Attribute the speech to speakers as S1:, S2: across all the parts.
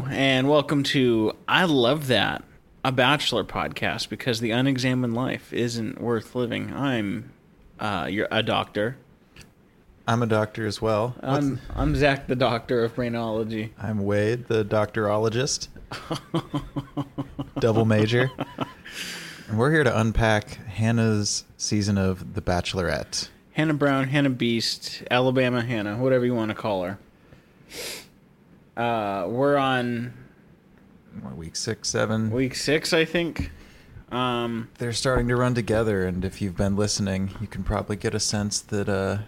S1: welcome to I Love That, a Bachelor podcast because the unexamined life isn't worth living. I'm uh, you're a doctor.
S2: I'm a doctor as well.
S1: I'm, I'm Zach, the doctor of brainology.
S2: I'm Wade, the doctorologist, double major. And we're here to unpack Hannah's season of The Bachelorette.
S1: Hannah Brown, Hannah Beast, Alabama Hannah, whatever you want to call her. Uh, we're on
S2: What, Week six, seven.
S1: week six, I think. Um,
S2: They're starting to run together, and if you've been listening, you can probably get a sense that uh,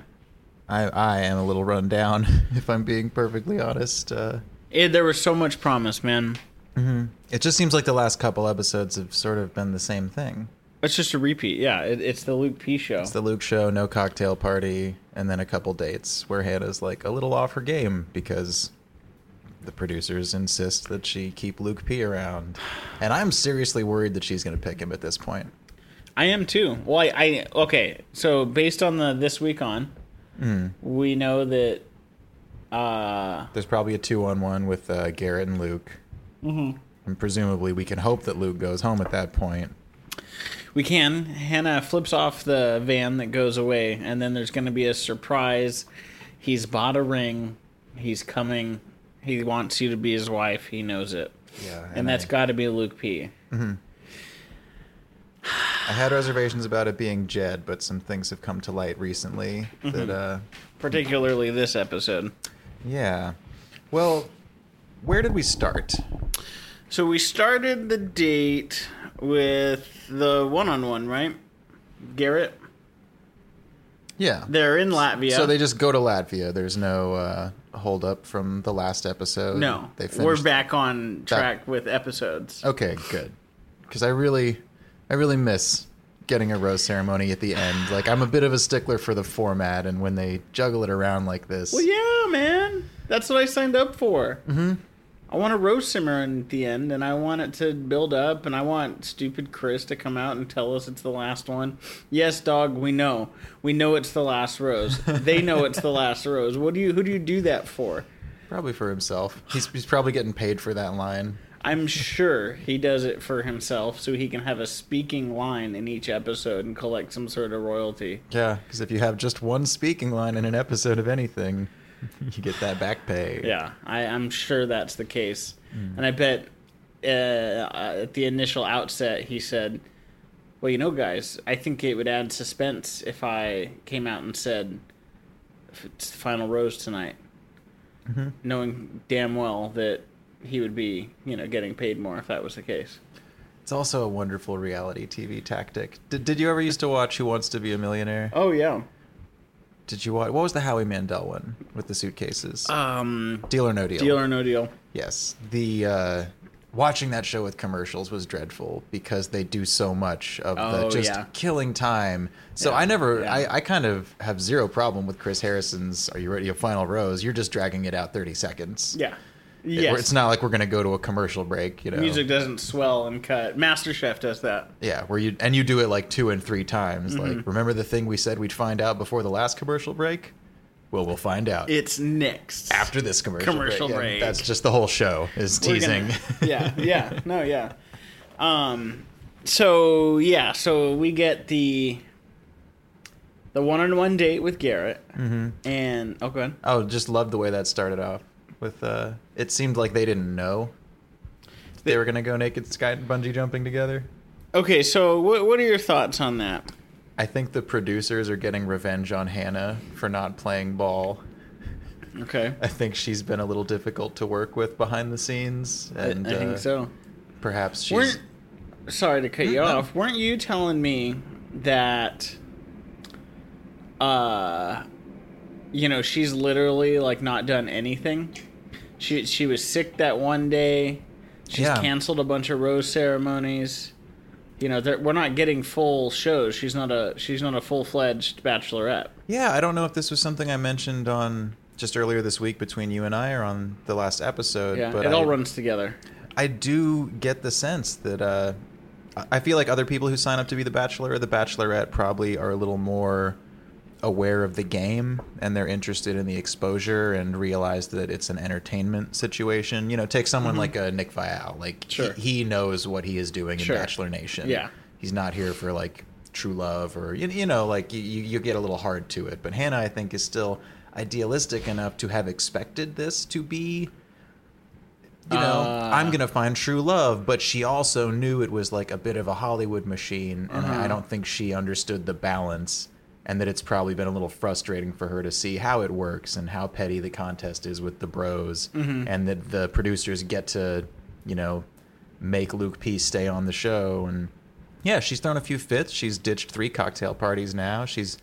S2: I, I am a little run down, if I'm being perfectly honest. Uh,
S1: it, there was so much promise, man.
S2: mhm. It just seems like the last couple episodes have sort of been the same thing.
S1: It's just a repeat. Yeah, it, it's the Luke P show.
S2: It's the Luke show, no cocktail party, and then a couple dates where Hannah's like a little off her game because the producers insist that she keep Luke P around. And I'm seriously worried that she's going to pick him at this point.
S1: I am too. Well, I, I okay. So based on the this week on,
S2: Hmm.
S1: we know that uh,
S2: There's probably a two on one with uh, Garrett and Luke.
S1: Mm-hmm.
S2: And presumably we can hope that Luke goes home at that point.
S1: we can. Hannah flips off the van that goes away, and then there's going to be a surprise. He's bought a ring. He's coming. He wants you to be his wife. He knows it,
S2: Yeah.
S1: and, that's got to be Luke P.
S2: I had reservations about it being Jed, but some things have come to light recently
S1: Mm-hmm.
S2: that uh,
S1: Particularly this episode.
S2: yeah. Well, where did we start?
S1: So we started the date with the one-on-one, right? Garrett.
S2: Yeah.
S1: They're in Latvia.
S2: So they just go to Latvia. There's no uh, hold up from the last episode.
S1: No,
S2: they
S1: we're
S2: finished-
S1: back on track with episodes.
S2: Okay, good. Because I really, I really miss getting a rose ceremony at the end. Like I'm a bit of a stickler for the format, and when they juggle it around like this,
S1: Well, yeah, man, that's what I signed up for. Mm-hmm. I want a roast simmer at the end, and I want it to build up, and I want stupid Chris to come out and tell us it's the last one. Yes, dog, we know, we know it's the last rose. they know it's the last rose. What do you? Who do you do that for?
S2: probably for himself. He's he's probably getting paid for that line.
S1: I'm sure he does it for himself so he can have a speaking line in each episode and collect some sort of royalty.
S2: Yeah, because if you have just one speaking line in an episode of anything, you get that back pay.
S1: Yeah, Mm-hmm. I, I'm sure that's the case. And I bet uh, at the initial outset, he said, Well, you know, guys, I think it would add suspense if I came out and said, "If It's the final rose tonight. Mm-hmm. Knowing damn well that he would be, you know, getting paid more if that was the case.
S2: It's also a wonderful reality TV tactic. Did, did you ever used to watch Who Wants to Be a Millionaire?
S1: Oh, yeah.
S2: Did you watch? What was the Howie Mandel one with the suitcases?
S1: Um,
S2: deal or No Deal.
S1: deal or no deal.
S2: Yes. The uh, watching that show with commercials was dreadful because they do so much of the
S1: Oh,
S2: just
S1: yeah.
S2: killing time. So
S1: Yeah,
S2: I never,
S1: yeah.
S2: I, I kind of have zero problem with Chris Harrison's "Are you ready?" Your final rose. You're just dragging it out thirty seconds.
S1: Yeah.
S2: It-
S1: Yes.
S2: It's not like we're going to go to a commercial break. You know.
S1: Music doesn't swell and cut. MasterChef does that.
S2: Yeah, where you and you do it like two and three times.
S1: Mm-hmm.
S2: Like, remember the thing we said we'd find out before the last commercial break? Well, we'll find out
S1: It's next.
S2: after this commercial,
S1: Commercial
S2: break. And
S1: break.
S2: That's just the whole show is
S1: We're
S2: teasing.
S1: gonna- yeah, yeah, no, yeah. Um, so yeah, so we get the the one-on-one date with Garrett,
S2: Mm-hmm.
S1: and oh, go ahead.
S2: Oh, just love the way that started off with uh it seemed like they didn't know they were going to go naked sky bungee jumping together.
S1: Okay, so what what are your thoughts on that?
S2: I think the producers are getting revenge on Hannah for not playing ball.
S1: Okay,
S2: I think she's been a little difficult to work with behind the scenes
S1: I-
S2: and
S1: I, think
S2: uh,
S1: so.
S2: perhaps she's
S1: Weren't sorry to cut you
S2: Mm, no.
S1: off. Weren't you telling me that? Uh, you know, she's literally like not done anything. She she was sick that one day. She's
S2: Yeah.
S1: canceled a bunch of rose ceremonies. You know, they're- we're not getting full shows. She's not a she's not a full fledged bachelorette.
S2: Yeah, I don't know if this was something I mentioned on just earlier this week between you and I or on the last episode,
S1: Yeah,
S2: but
S1: it all
S2: I,
S1: runs together.
S2: I do get the sense that uh, I- I feel like other people who sign up to be the Bachelor or the Bachelorette probably are a little more aware of the game and they're interested in the exposure and realize that it's an entertainment situation. You know, take someone like a Nick Vial. Like
S1: Mm-hmm.
S2: he-
S1: Sure.
S2: he, knows what he is doing
S1: Sure.
S2: in Bachelor Nation.
S1: Yeah.
S2: He's not here for like true love or you, you know like you, you you get a little hard to it. But Hannah I think is still idealistic enough to have expected this to be you know,
S1: Uh.
S2: I'm gonna find true love, but she also knew it was like a bit of a Hollywood machine, and I don't think she understood the balance, and that it's probably been a little frustrating for her to see how it works and how petty the contest is with the bros, and that the producers get to, you know, make Luke P stay on the show, and yeah, she's thrown a few fits. She's ditched three cocktail parties now. She's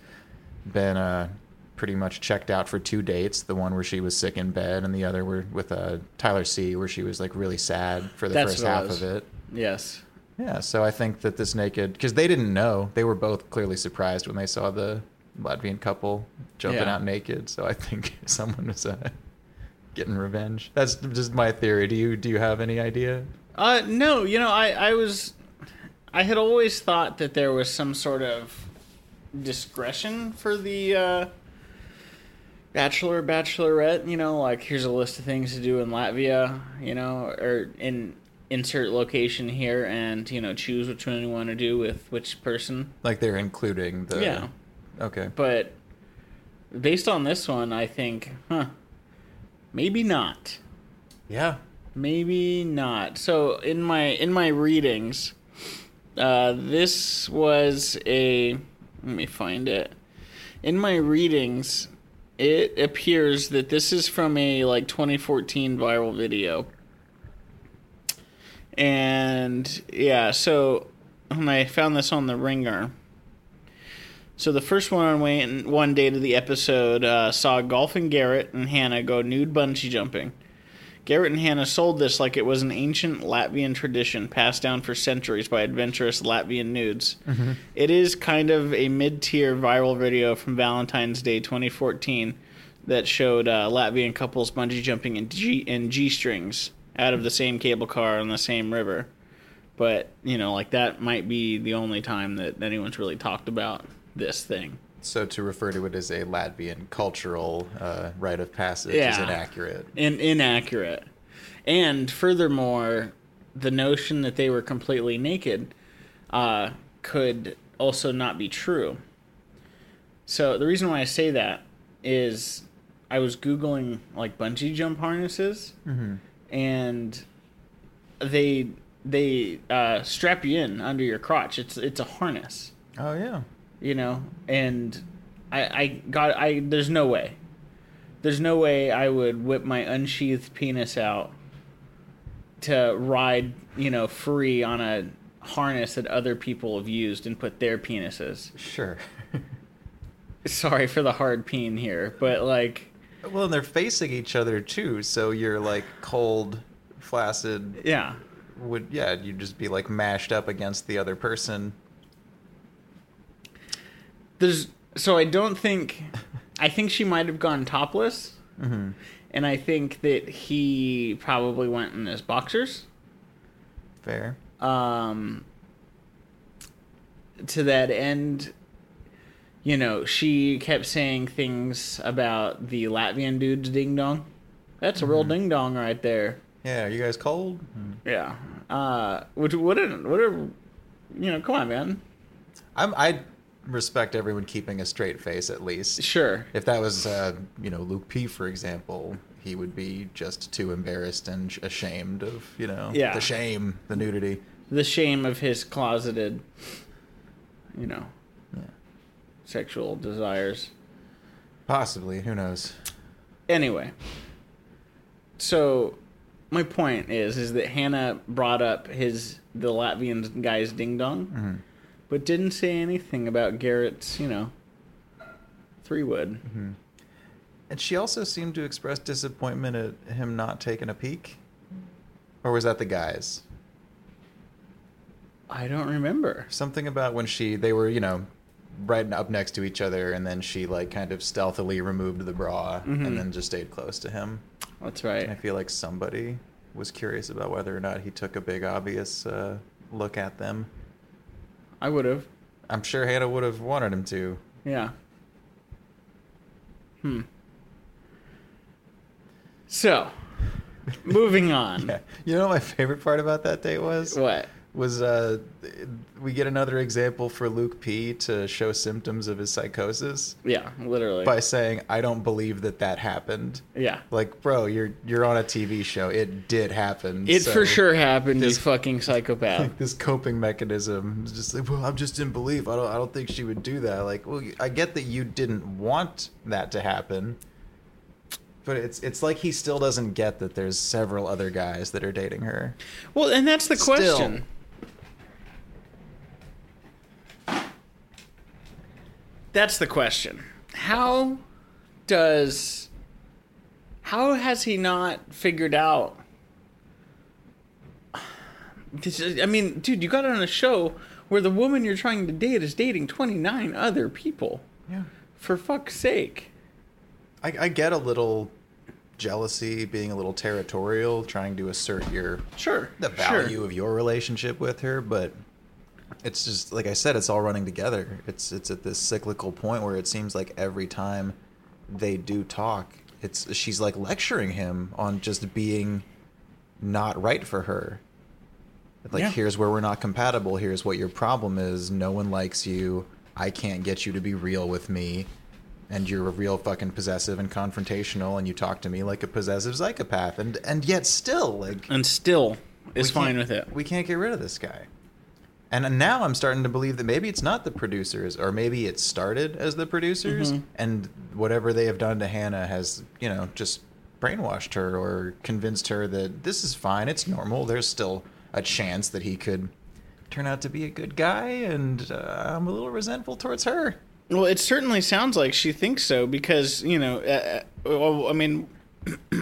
S2: been uh, pretty much checked out for two dates the one where she was sick in bed, and the other were with uh, Tyler C., where she was like really sad for the
S1: That's
S2: first
S1: what it
S2: half
S1: was.
S2: of it.
S1: Yes.
S2: Yeah, so I think that this naked, because they didn't know, they were both clearly surprised when they saw the Latvian couple jumping
S1: Yeah.
S2: out naked. So I think someone was uh, getting revenge. That's just my theory. Do you do you have any idea?
S1: Uh, no, you know, I, I was, I had always thought that there was some sort of discretion for the uh, bachelor, bachelorette. You know, like here's a list of things to do in Latvia. You know, or in insert location here, and you know, choose which one you want to do with which person.
S2: Like they're including the
S1: Yeah.
S2: Okay.
S1: But based on this one, I think, huh, maybe not.
S2: Yeah.
S1: maybe not so in my in my readings uh this was a let me find it in my readings it appears that this is from a like 2014 viral video and yeah so and i found this on the ringer so the first one on way- one date of the episode uh, saw golfing garrett and hannah go nude bungee jumping Garrett and Hannah sold this like it was an ancient Latvian tradition passed down for centuries by adventurous Latvian nudes. It is kind of a mid tier viral video from Valentine's Day 2014 that showed uh, Latvian couples bungee jumping in G, in G strings out of the same cable car on the same river. But, you know, like that might be the only time that anyone's really talked about this thing.
S2: So to refer to it as a Latvian cultural uh, rite of passage is
S1: Yeah.
S2: inaccurate.
S1: and inaccurate. And furthermore, the notion that they were completely naked uh, could also not be true. So the reason why I say that is I was googling like bungee jump harnesses, and they they uh, strap you in under your crotch. It's it's a harness
S2: Oh yeah.
S1: you know and i i got i there's no way there's no way i would whip my unsheathed penis out to ride you know free on a harness that other people have used and put their penises
S2: Sure.
S1: sorry for the hard peen here but like
S2: well, and they're facing each other too, so you're like cold, flaccid.
S1: yeah
S2: Would yeah, you'd just be like mashed up against the other person.
S1: there's so i don't think i think she might have gone topless and i think that he probably went in his boxers
S2: Fair.
S1: um, to that end, you know, she kept saying things about the Latvian dude's ding dong. That's a real ding dong right there.
S2: Yeah. Are you guys cold?
S1: Yeah. Uh, which what a what a, you know, come on, man.
S2: I'm. I respect everyone keeping a straight face at least.
S1: Sure.
S2: If that was, uh, you know, Luke P, for example, he would be just too embarrassed and sh- ashamed of, you know,
S1: Yeah.
S2: the shame, the nudity.
S1: The shame of his closeted, you know,
S2: Yeah.
S1: sexual desires.
S2: Possibly. Who knows?
S1: anyway so my point is is that hannah brought up his the latvian guy's ding dong
S2: Mm-hmm.
S1: but didn't say anything about garrett's you know three wood
S2: Mm-hmm. And she also seemed to express disappointment at him not taking a peek. Or was that the guys?
S1: i don't remember
S2: Something about when she they were, you know, right up next to each other and then she like kind of stealthily removed the bra
S1: Mm-hmm.
S2: and then just stayed close to him.
S1: that's
S2: And I
S1: right
S2: feel like somebody was curious about whether or not he took a big obvious uh, look at them.
S1: i would have
S2: I'm sure Hannah would have wanted him to.
S1: yeah Hmm. So, moving on.
S2: Yeah. You know what my favorite part about that date was?
S1: What?
S2: Was uh, we get another example for Luke P to show symptoms of his psychosis
S1: Yeah, literally.
S2: by saying, "I don't believe that that happened."
S1: yeah.
S2: Like, bro, you're you're on a TV show. It did happen.
S1: It
S2: so,
S1: for sure happened,
S2: this-
S1: you fucking psychopath.
S2: Like this coping mechanism is just like, well, I'm just in belief. I don't I don't think she would do that. Like, well, I get that you didn't want that to happen, but it's it's like he still doesn't get that there's several other guys that are dating her.
S1: Well, and that's the
S2: Still.
S1: question. That's the question. How does how has he not figured out? This is- I mean, dude, you got on a show where the woman you're trying to date is dating 29 other people.
S2: Yeah.
S1: For fuck's sake.
S2: I, I get a little jealousy, being a little territorial, trying to assert your
S1: Sure.
S2: the value of your relationship with her, but it's just like I said, it's all running together. It's it's at this cyclical point where it seems like every time they do talk, it's she's like lecturing him on just being not right for her. Like
S1: Yeah.
S2: here's where we're not compatible, here's what your problem is, no one likes you, I can't get you to be real with me. And you're real fucking possessive and confrontational, and you talk to me like a possessive psychopath, and and yet still like
S1: And still is
S2: we
S1: fine
S2: can't-
S1: with it.
S2: We can't get rid of this guy. And now I'm starting to believe that maybe it's not the producers, or maybe it started as the producers,
S1: Mhm.
S2: and whatever they have done to Hannah has, you know, just brainwashed her or convinced her that this is fine, it's normal. There's still a chance that he could turn out to be a good guy, and uh, I'm a little resentful towards her.
S1: Well, it certainly sounds like she thinks so because you know, uh, uh, well, I mean,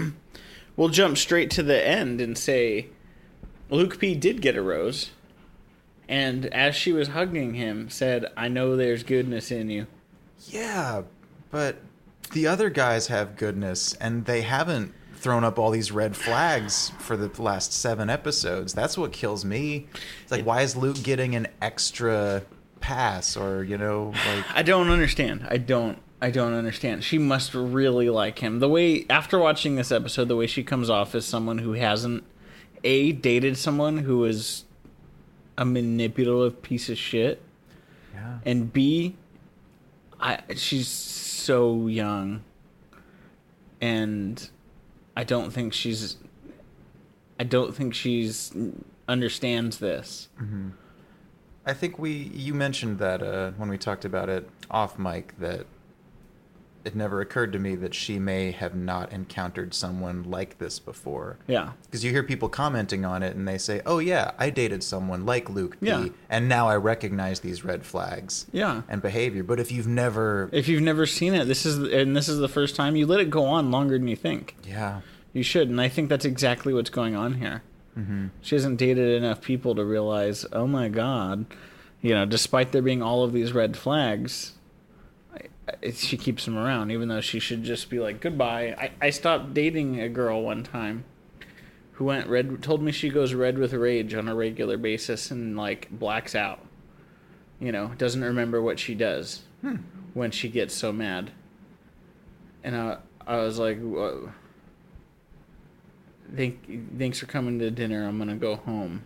S1: we'll jump straight to the end and say Luke P did get a rose, and as she was hugging him, said, "I know there's goodness in you."
S2: Yeah, but the other guys have goodness, and they haven't thrown up all these red flags for the last seven episodes. That's what kills me. It's like, why is Luke getting an extra pass, or you know, like
S1: I don't understand. I don't. I don't understand. She must really like him. The way after watching this episode, the way she comes off as someone who hasn't a dated someone who is a manipulative piece of shit.
S2: yeah,
S1: and B, I she's so young, and I don't think she's, I don't think she's understands this.
S2: I think we you mentioned that uh, when we talked about it off mic that it never occurred to me that she may have not encountered someone like this before.
S1: Yeah,
S2: because you hear people commenting on it and they say, "Oh yeah, I dated someone like Luke P,
S1: Yeah.
S2: and now I recognize these red flags
S1: yeah.
S2: and behavior." But if you've never,
S1: If you've never seen it, this is and this is the first time you let it go on longer than you think
S2: yeah,
S1: you should, and I think that's exactly what's going on here. She hasn't dated enough people to realize, oh my god, you know, despite there being all of these red flags, I, I, she keeps them around, even though she should just be like, goodbye. I, I stopped dating a girl one time who went red, told me she goes red with rage on a regular basis and like blacks out. You know, doesn't remember what she does when she gets so mad. And I, I was like, whoa. Thank, thanks for coming to dinner. I'm gonna go home.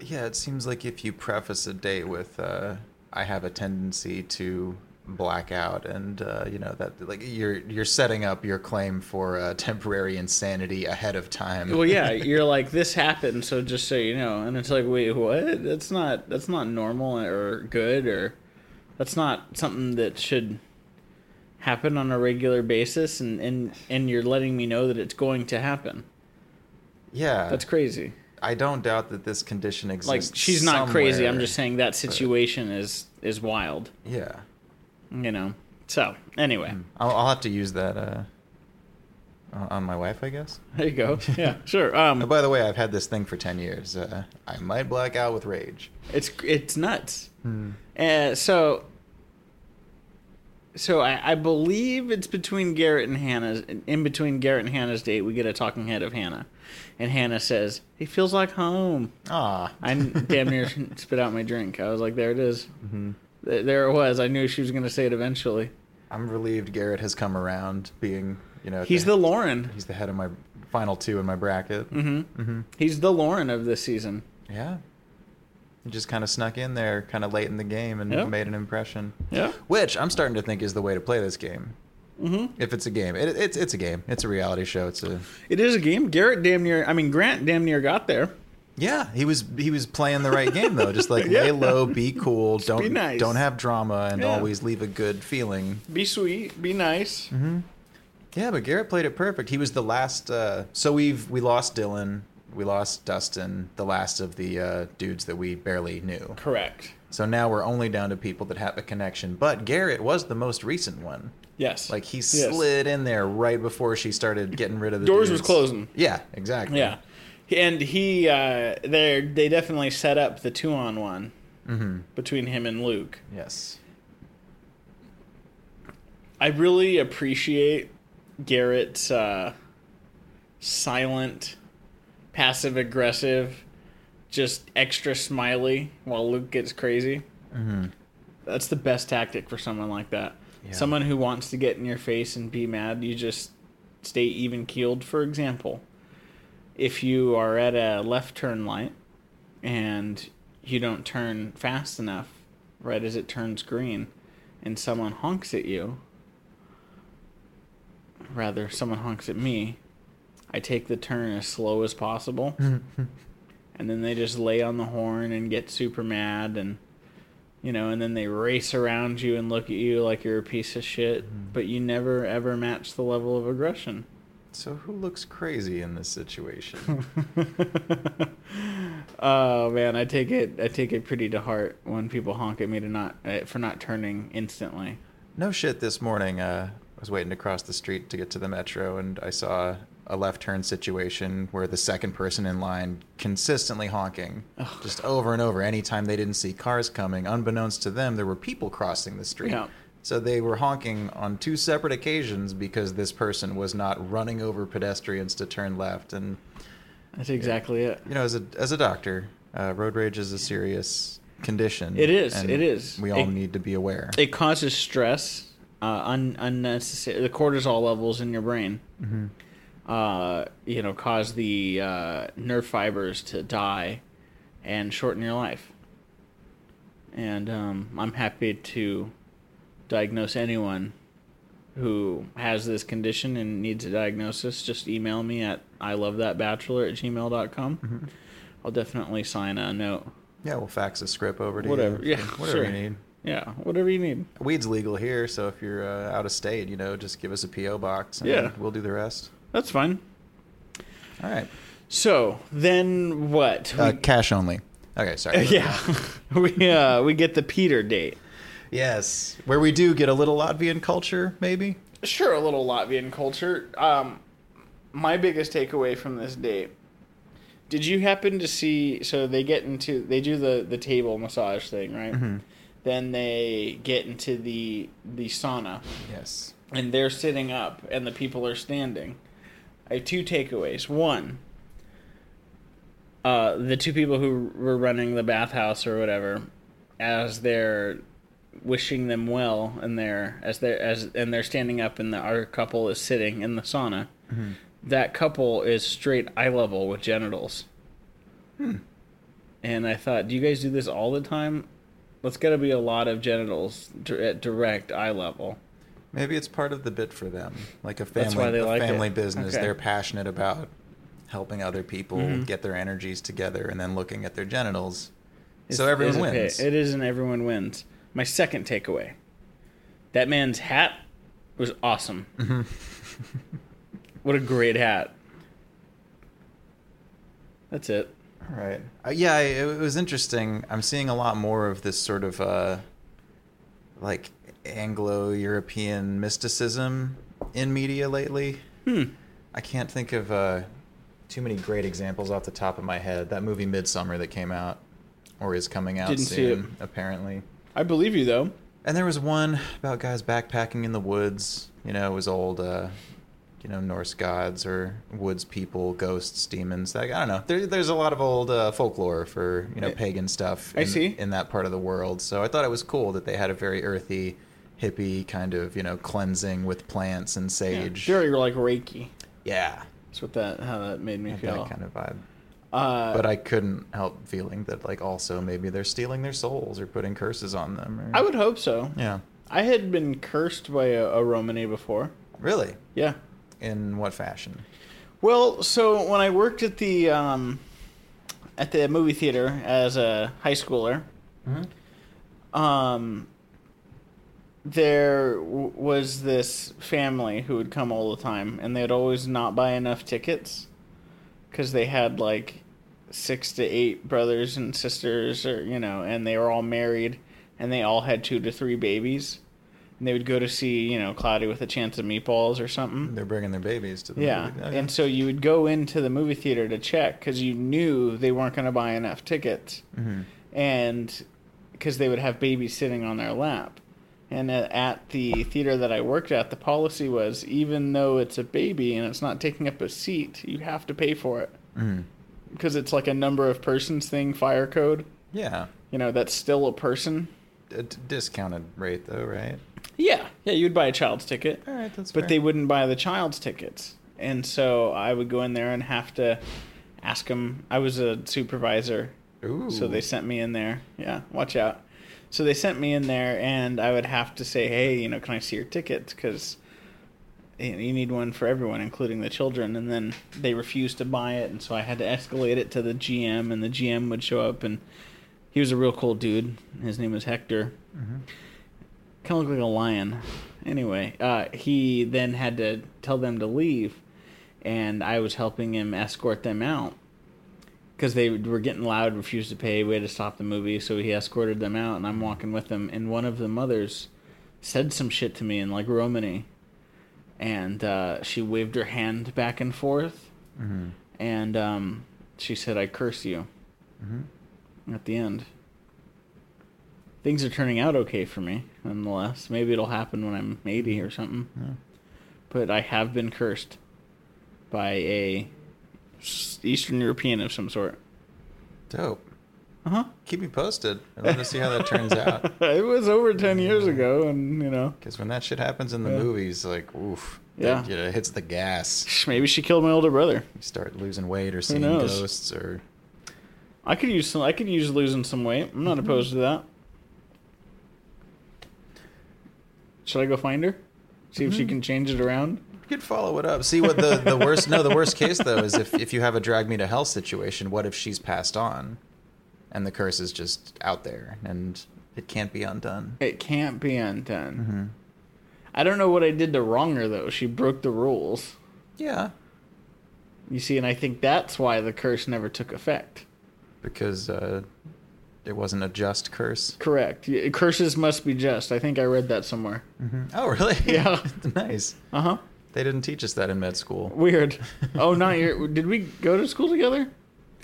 S2: yeah, it seems like if you preface a date with, uh, "I have a tendency to black out," and uh, you know that like you're you're setting up your claim for uh, temporary insanity ahead of time.
S1: Well, yeah, you're like this happened, so just so you know. And it's like, wait, what? That's not that's not normal or good or that's not something that should happen on a regular basis. And and and you're letting me know that it's going to happen.
S2: yeah,
S1: That's crazy.
S2: I don't doubt that this condition exists.
S1: Like she's not crazy. I'm
S2: somewhere.
S1: just saying that situation is is wild.
S2: yeah.
S1: You know. So anyway,
S2: I'll, I'll have to use that uh, on on my wife, I guess.
S1: there you go. Yeah, sure. Um,
S2: Oh, by the way, I've had this thing for 10 years. Uh, I might black out with rage.
S1: It's it's nuts. Uh, so so I, I believe it's between Garrett and Hannah's in between Garrett and Hannah's date we get a talking head of Hannah. And Hannah says, "He feels like home."
S2: Ah.
S1: I damn near Mm-hmm. spit out my drink. I was like, "There it is." Th- There it was. I knew she was going to say it eventually.
S2: I'm relieved Garrett has come around being, you know, at
S1: He's the Lauren.
S2: he's the head of my final two in my bracket.
S1: Mm-hmm. He's the Lauren of this season.
S2: Yeah. He just kind of snuck in there kind of late in the game and
S1: Yeah.
S2: made an impression.
S1: Yeah.
S2: Which I'm starting to think is the way to play this game.
S1: Mm-hmm.
S2: If it's a game, it, it's it's a game. It's a reality show. It's a
S1: It is a game. Garrett damn near. I mean, Grant damn near got there.
S2: yeah. He was he was playing the right game though. Just like
S1: Yeah.
S2: lay low, be cool, don't
S1: be nice.
S2: don't have drama, and
S1: Yeah.
S2: always leave a good feeling
S1: Be sweet. Be nice.
S2: Mm-hmm. Yeah, but Garrett played it perfect. He was the last. Uh, so we've we lost Dylan, we lost Dustin, the last of the uh, dudes that we barely knew.
S1: Correct.
S2: So now we're only down to people that have a connection. But Garrett was the most recent one.
S1: Yes.
S2: Like he
S1: Yes.
S2: slid in there right before she started getting rid of the
S1: Doors was
S2: dudes.
S1: closing.
S2: Yeah, exactly.
S1: Yeah, and he uh, they they definitely set up the two on one Mm-hmm. between him and Luke.
S2: Yes.
S1: I really appreciate Garrett's uh, silent, passive aggressive, just extra smiley while Luke gets crazy.
S2: Mm-hmm.
S1: That's the best tactic for someone like that.
S2: Yeah.
S1: Someone who wants to get in your face and be mad, you just stay even keeled. For example, if you are at a left turn light and you don't turn fast enough right as it turns green and someone honks at you rather someone honks at me i take the turn as slow as possible
S2: Mm-hmm.
S1: and then they just lay on the horn and get super mad and you know and then they race around you and look at you like you're a piece of shit
S2: Mm-hmm.
S1: but you never ever match the level of aggression
S2: So who looks crazy in this situation?
S1: oh man, I take it I take it pretty to heart when people honk at me to not uh, for not turning instantly.
S2: No shit. This morning, uh, I was waiting to cross the street to get to the metro, and I saw a left turn situation where the second person in line consistently honking, just over and over. Anytime they didn't see cars coming, unbeknownst to them, there were people crossing the street.
S1: Yeah.
S2: So they were honking on two separate occasions because this person was not running over pedestrians to turn left. And
S1: That's exactly it.
S2: you know, as a as a doctor, uh, road rage is a serious condition.
S1: It is,
S2: and
S1: it is.
S2: We all
S1: It-
S2: need to be aware.
S1: It causes stress, uh, un- unnecessary. The cortisol levels in your brain, uh, you know, cause the uh, nerve fibers to die, and shorten your life. And um, I'm happy to diagnose anyone who has this condition and needs a diagnosis. Just email me at I love that bachelor at gmail.com. I'll definitely sign a note.
S2: Yeah, we'll fax a script over to
S1: Whatever.
S2: you.
S1: Yeah, sure.
S2: whatever you need.
S1: Yeah, whatever you need.
S2: Weed's legal here, so if you're uh, out of state, you know, just give us a PO box. And
S1: Yeah.
S2: we'll do the rest.
S1: That's fine.
S2: All right,
S1: So then what?
S2: uh,
S1: We-
S2: cash only. Okay, sorry.
S1: yeah, we uh, we get the Peter date.
S2: Yes, where we do get a little Latvian culture, maybe.
S1: Sure, a little Latvian culture. Um, my biggest takeaway from this date. Did you happen to see? So they get into they do the the table massage thing, right? Then they get into the the sauna,
S2: Yes.
S1: and they're sitting up, and the people are standing. I have two takeaways. One, uh, the two people who were running the bathhouse or whatever, as they're wishing them well, and they're as they're as and they're standing up, and the our couple is sitting in the sauna. That couple is straight eye level with genitals. And I thought, do you guys do this all the time? That's got to be a lot of genitals dir- at direct eye level.
S2: Maybe it's part of the bit for them, like a family,
S1: That's why they
S2: a
S1: like it.
S2: family business.
S1: Okay. Mm-hmm.
S2: They're passionate about helping other people get their energies together, and then looking at their genitals. so
S1: It's-
S2: everyone
S1: it's okay.
S2: wins.
S1: It is, and everyone wins. My second takeaway: that man's hat was awesome.
S2: Mm-hmm.
S1: what a great hat! That's it.
S2: Right. Uh, yeah, I- it, it was interesting. I'm seeing a lot more of this sort of uh, like Anglo-European mysticism in media lately.
S1: Hmm.
S2: I can't think of uh, too many great examples off the top of my head. That movie Midsummer that came out or is coming out
S1: Didn't
S2: soon,
S1: see it.
S2: apparently.
S1: I believe you though.
S2: And there was one about guys backpacking in the woods. You know, it was old, uh, you know, Norse gods or woods people, ghosts, demons. Like, I don't know. There, there's a lot of old uh, folklore for you know
S1: I-
S2: pagan stuff.
S1: I
S2: in-
S1: see.
S2: in that part of the world. So I thought it was cool that they had a very earthy hippie kind of you know cleansing with plants and
S1: Yeah.
S2: sage.
S1: Very like Reiki.
S2: Yeah,
S1: That's what that how that made me
S2: that
S1: feel.
S2: kind of vibe.
S1: uh,
S2: But um, I couldn't help feeling that like also maybe they're stealing their souls or putting curses on them. Or,
S1: I would hope so.
S2: Yeah.
S1: I had been cursed by a, a Romany before.
S2: Really?
S1: Yeah.
S2: In what fashion?
S1: Well, so when I worked at the um, at the movie theater as a high schooler, Mm-hmm. um, there w- was this family who would come all the time, and they'd always not buy enough tickets because they had like six to eight brothers and sisters, or you know, and they were all married, and they all had two to three babies, and they would go to see you know Cloudy with a Chance of Meatballs or something.
S2: They're bringing their babies to the
S1: Yeah,
S2: movie. Okay.
S1: and so you would go into the movie theater to check because you knew they weren't going to buy enough tickets,
S2: Mhm.
S1: and because they would have babies sitting on their lap. And a- at the theater that I worked at, the policy was even though it's a baby and it's not taking up a seat, you have to pay for it
S2: Mhm.
S1: because it's like a number of persons thing, fire code.
S2: Yeah.
S1: You know, that's still a person.
S2: A d- discounted rate though, right?
S1: Yeah, yeah, you'd buy a child's ticket.
S2: All right, that's
S1: but they wouldn't buy the child's tickets and so i would go in there and have to ask them i was a supervisor
S2: they Ooh.
S1: so they sent me in there yeah watch out so they sent me in there and i would have to say hey you know can i see your tickets because you need one for everyone including the children and then they refused to buy it and so i had to escalate it to the gm and the gm would show up and he was a real cool dude his name was hector
S2: Mhm.
S1: kind of looked like a lion. Anyway, uh, he then had to tell them to leave, and I was helping him escort them out because they were getting loud, refused to pay. We had to stop the movie, so he escorted them out, and I'm walking with them. And one of the mothers said some shit to me in like Romany, and uh, she waved her hand back and forth,
S2: Mhm.
S1: and um, she said, "I curse you."
S2: Mhm.
S1: at the end. Things are turning out okay for me, nonetheless. Maybe it'll happen when I'm 80 or something.
S2: Yeah.
S1: But I have been cursed by a s- Eastern European of some sort.
S2: Dope.
S1: Uh huh.
S2: Keep me posted. I want to see how that turns out.
S1: it was over 10 years ago, and you know.
S2: Because when that shit happens in the
S1: Yeah.
S2: movies, like, oof.
S1: Yeah.
S2: It, it hits the gas.
S1: Maybe she killed my older brother.
S2: You start losing weight or seeing
S1: knows?
S2: ghosts or.
S1: I could use some. I could use losing some weight. I'm not opposed to that. Should I go find her? See if she can change it around.
S2: You could follow it up. See what the, the worst. No, the worst case, though, is if, if you have a drag me to hell situation, what if she's passed on and the curse is just out there and it can't be undone?
S1: It can't be undone.
S2: Mm-hmm.
S1: I don't know what I did to wrong her though. She broke the rules.
S2: Yeah.
S1: You see, and I think that's why the curse never took effect.
S2: Because uh, it wasn't a just curse.
S1: Correct. Y- Curses must be just. I think I read that somewhere.
S2: Oh, really?
S1: Yeah.
S2: nice.
S1: Uh huh.
S2: They didn't teach us that in med school.
S1: Weird. Oh, not your. Did we go to school together?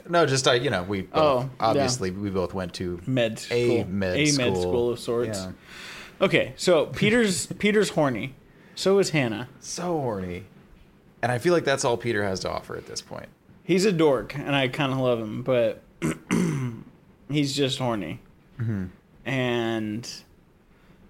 S2: No, just uh, you know, we both,
S1: Oh, yeah.
S2: obviously we both went to
S1: Med school.
S2: a med
S1: a
S2: school.
S1: med school of sorts.
S2: Yeah.
S1: Okay, so Peter's Peter's horny. So is Hannah.
S2: So horny, and I feel like that's all Peter has to offer at this point.
S1: He's a dork, and I kind of love him, but he's just horny.
S2: Mm-hmm.
S1: And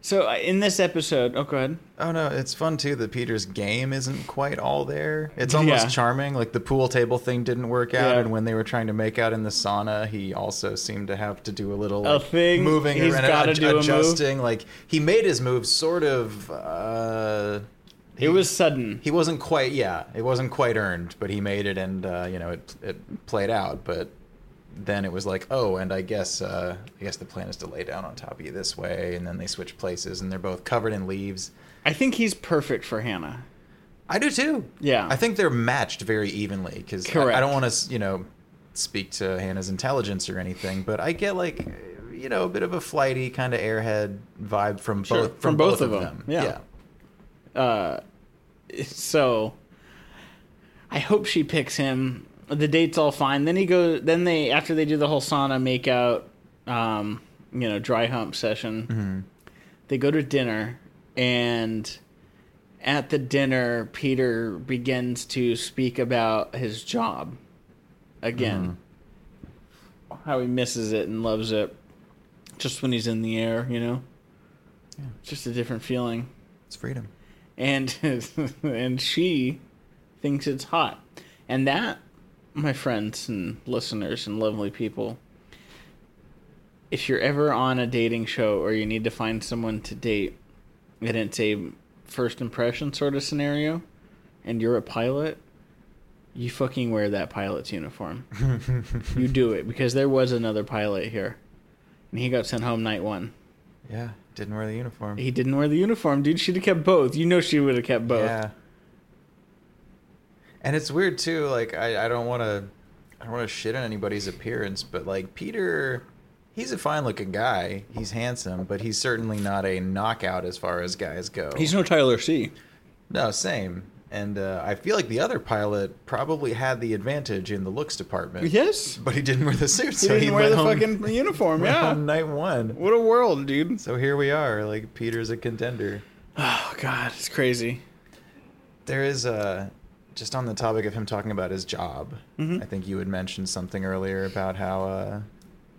S1: so I- in this episode, oh, go ahead.
S2: Oh no, it's fun too that Peter's game isn't quite all there. It's almost
S1: Yeah.
S2: charming. Like the pool table thing didn't work out,
S1: Yeah.
S2: and when they were trying to make out in the sauna, he also seemed to have to do a little
S1: A
S2: like,
S1: thing?
S2: moving
S1: He's
S2: around,
S1: gotta
S2: ad-
S1: do a move?
S2: adjusting. Like he made his move sort of. Uh,
S1: It was sudden.
S2: he wasn't quite. Yeah, it wasn't quite earned, but he made it, and uh, you know it it played out. But then it was like, oh, and I guess uh, I guess the plan is to lay down on top of you this way, and then they switch places, and they're both covered in leaves.
S1: I think he's perfect for Hannah.
S2: I do too.
S1: Yeah.
S2: I think they're matched very evenly because I,
S1: Correct.
S2: don't want to, you know, speak to Hannah's intelligence or anything, but I get like, you know, a bit of a flighty kind of airhead vibe from
S1: Sure,
S2: both
S1: from both of them, yeah. Uh, so I hope she picks him. The date's all fine. Then he go. Then they after they do the whole sauna make out, um, you know, dry hump session. They go to dinner, and at the dinner, Peter begins to speak about his job again. How he misses it and loves it, just when he's in the air, you know. It's just a different feeling.
S2: It's freedom.
S1: And and she thinks it's hot. And that, my friends and listeners and lovely people, if you're ever on a dating show or you need to find someone to date and it's a first impression sort of scenario and you're a pilot, you fucking wear that pilot's uniform. you do it because there was another pilot here and he got sent home night one.
S2: Yeah. Didn't wear the uniform.
S1: He didn't wear the uniform, dude. She'd have kept both. You know she would have kept both.
S2: Yeah. And it's weird too. Like I, I don't want to, I don't want to shit on anybody's appearance, but like Peter, he's a fine-looking guy. He's handsome, but he's certainly not a knockout as far as guys go.
S1: He's no Tyler C.
S2: no same. And uh, I feel like the other pilot probably had the advantage in the looks department.
S1: Yes.
S2: But he didn't wear the suit,
S1: He
S2: so
S1: didn't
S2: he
S1: wear
S2: went
S1: the
S2: home,
S1: fucking uniform.
S2: went
S1: Yeah.
S2: home night one.
S1: What a world, dude.
S2: So here we are. Like Peter's a contender.
S1: Oh god, it's crazy.
S2: There is a just on the topic of him talking about his job.
S1: Mm-hmm.
S2: I think you had mentioned something earlier about how uh,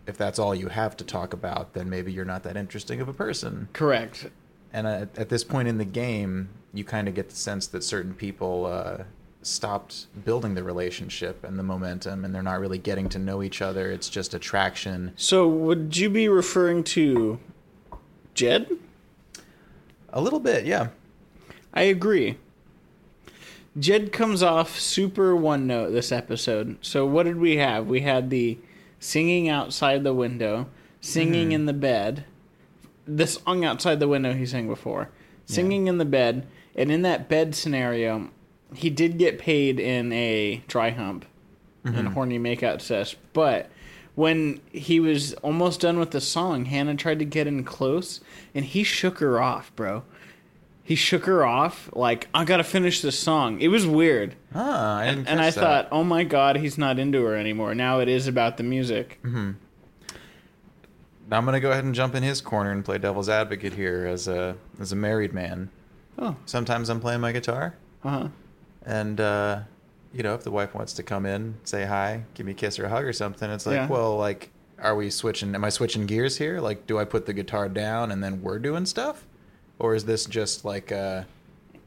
S2: if that's all you have to talk about, then maybe you're not that interesting of a person.
S1: Correct.
S2: And uh, at this point in the game, you kind of get the sense that certain people uh, stopped building the relationship and the momentum, and they're not really getting to know each other. It's just attraction.
S1: So would you be referring to Jed?
S2: A little bit, yeah.
S1: I agree. Jed comes off super one note this episode. So what did we have? We had the singing outside the window, singing in the bed, the song outside the window he sang before, singing in the bed, and in that bed scenario, he did get paid in a dry hump and horny makeout sesh, but when he was almost done with the song, Hannah tried to get in close and he shook her off, bro he shook her off like i gotta finish this song it was weird
S2: Ah, I didn't
S1: and i
S2: catch that.
S1: thought oh my god he's not into her anymore now it is about the music
S2: Now I'm gonna go ahead and jump in his corner and play devil's advocate here as a as a married man.
S1: oh
S2: Sometimes I'm playing my guitar,
S1: uh-huh
S2: and uh, you know, if the wife wants to come in, say hi, give me a kiss or a hug or something, it's like,
S1: Yeah.
S2: well, like, are we switching? Am I switching gears here? Like, do I put the guitar down and then we're doing stuff, or is this just like, uh,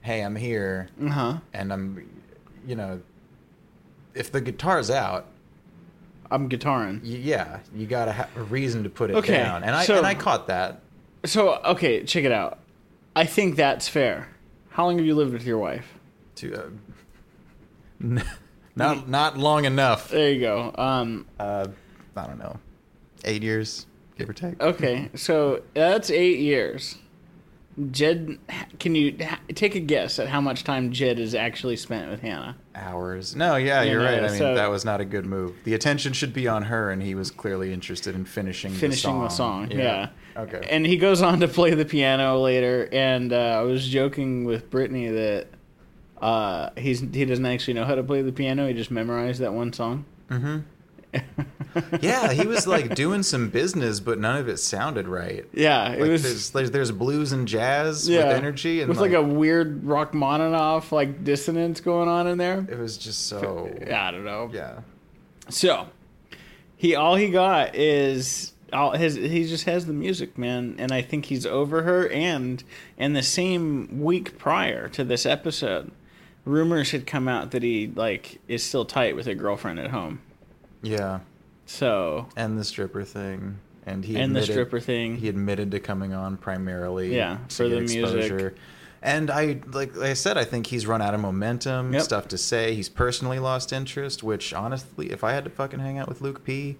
S2: hey, I'm here
S1: uh-huh
S2: and I'm, you know, if the guitar's out,
S1: i'm guitaring
S2: y- yeah, you gotta have a reason to put it
S1: Okay,
S2: down, and I
S1: so-
S2: and I caught that.
S1: so okay check it out i think that's fair how long have you lived with your wife
S2: to uh, n-
S1: Mm.
S2: not not long enough.
S1: there you go um
S2: Uh, I don't know, eight years, give or take.
S1: okay so that's eight years jed can you take a guess at how much time jed has actually spent with hannah
S2: Hours. No, yeah,
S1: You
S2: you're
S1: know,
S2: right. I mean,
S1: so-
S2: that was not a good move. The attention should be on her, and he was clearly interested in finishing
S1: finishing the song. Yeah.
S2: Okay.
S1: And he goes on to play the piano later. And uh, I was joking with Brittany that uh, he's he doesn't actually know how to play the piano. He just memorized that one song. Mm-hmm.
S2: yeah, he was like doing some business, but none of it sounded right.
S1: yeah, it
S2: Like,
S1: was
S2: there's, there's there's blues and jazz
S1: yeah,
S2: with energy, and
S1: with like, a weird Rachmaninoff like dissonance going on in there.
S2: it was just so
S1: Yeah, I don't know.
S2: yeah.
S1: So he all he got is all his he just has the music, man, and I think he's over her and and the same week prior to this episode, rumors had come out that he like is still tight with a girlfriend at home.
S2: yeah.
S1: So
S2: and the stripper thing and he
S1: And the
S2: admitted-
S1: stripper thing.
S2: he admitted to coming on primarily
S1: Yeah,
S2: to
S1: for
S2: get
S1: the music.
S2: and i like i said i think he's run out of momentum
S1: Yep.
S2: stuff to say he's personally lost interest which honestly if i had to fucking hang out with luke p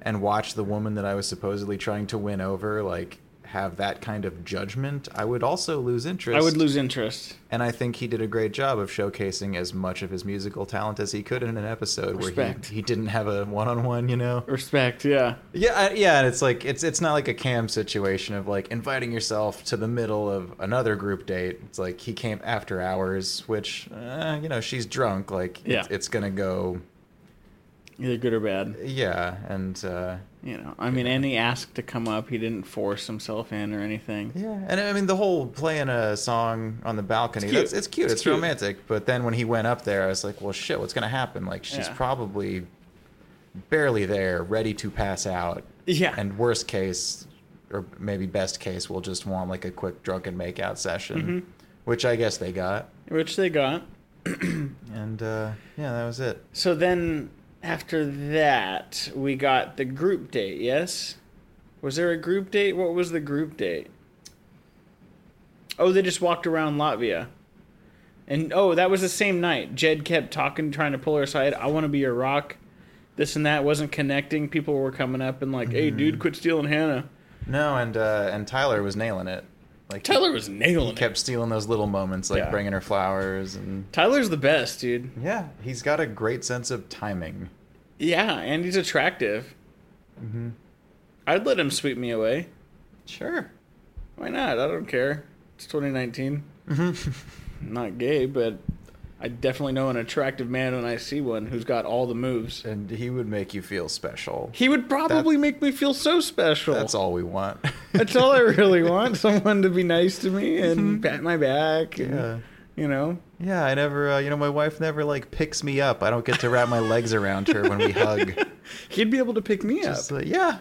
S2: and watch the woman that i was supposedly trying to win over like have that kind of judgment i would also lose interest
S1: I would lose interest.
S2: and i think he did a great job of showcasing as much of his musical talent as he could in an episode where
S1: Respect.
S2: he, he didn't have a one-on-one you know
S1: Respect, yeah.
S2: yeah, I, yeah, and it's like it's it's not like a cam situation of like inviting yourself to the middle of another group date. It's like he came after hours, which uh, you know she's drunk. Like
S1: Yeah.
S2: it's, it's gonna go.
S1: Either good or bad.
S2: Yeah, and uh,
S1: You know. I mean and he asked to come up. He didn't force himself in or anything.
S2: yeah, and I mean the whole playing a song on the balcony.
S1: It's
S2: It's
S1: cute.
S2: that's, it's cute.
S1: It's
S2: It's,
S1: cute.
S2: romantic. But then when he went up there, I was like, well, shit, what's gonna happen? Like she's
S1: Yeah.
S2: probably barely there, ready to pass out,
S1: Yeah.
S2: and worst case, or maybe best case, will just want like a quick drunken makeout session,
S1: Mm-hmm.
S2: which I guess they got.
S1: which they got.
S2: And uh, yeah, that was it.
S1: So then after that, we got the group date, yes? Was there a group date? What was the group date? Oh, they just walked around Latvia. And oh, that was the same night. Jed kept talking, trying to pull her aside. I want to be your rock. This and that wasn't connecting. People were coming up and like, hey, dude, quit stealing Hannah.
S2: No, and uh, and Tyler was nailing it. Like he-
S1: Tyler was nailing
S2: he
S1: it.
S2: kept stealing those little moments, like
S1: Yeah.
S2: bringing her flowers and
S1: Tyler's the best, dude.
S2: yeah, he's got a great sense of timing.
S1: Yeah, and he's attractive. I'd let him sweep me away.
S2: Sure.
S1: Why not? I don't care. It's 2019.
S2: Mm-hmm.
S1: I'm not gay, but I definitely know an attractive man when I see one who's got all the moves.
S2: and he would make you feel special.
S1: He would probably make me feel so special.
S2: That's all we want.
S1: That's all I really want. Someone to be nice to me and pat my back. And,
S2: Mm-hmm. Yeah.
S1: You know?
S2: Yeah, I never, uh, you know, my wife never like picks me up. I don't get to wrap my legs around her when we hug.
S1: He'd be able to pick me
S2: Just
S1: up.
S2: like, yeah,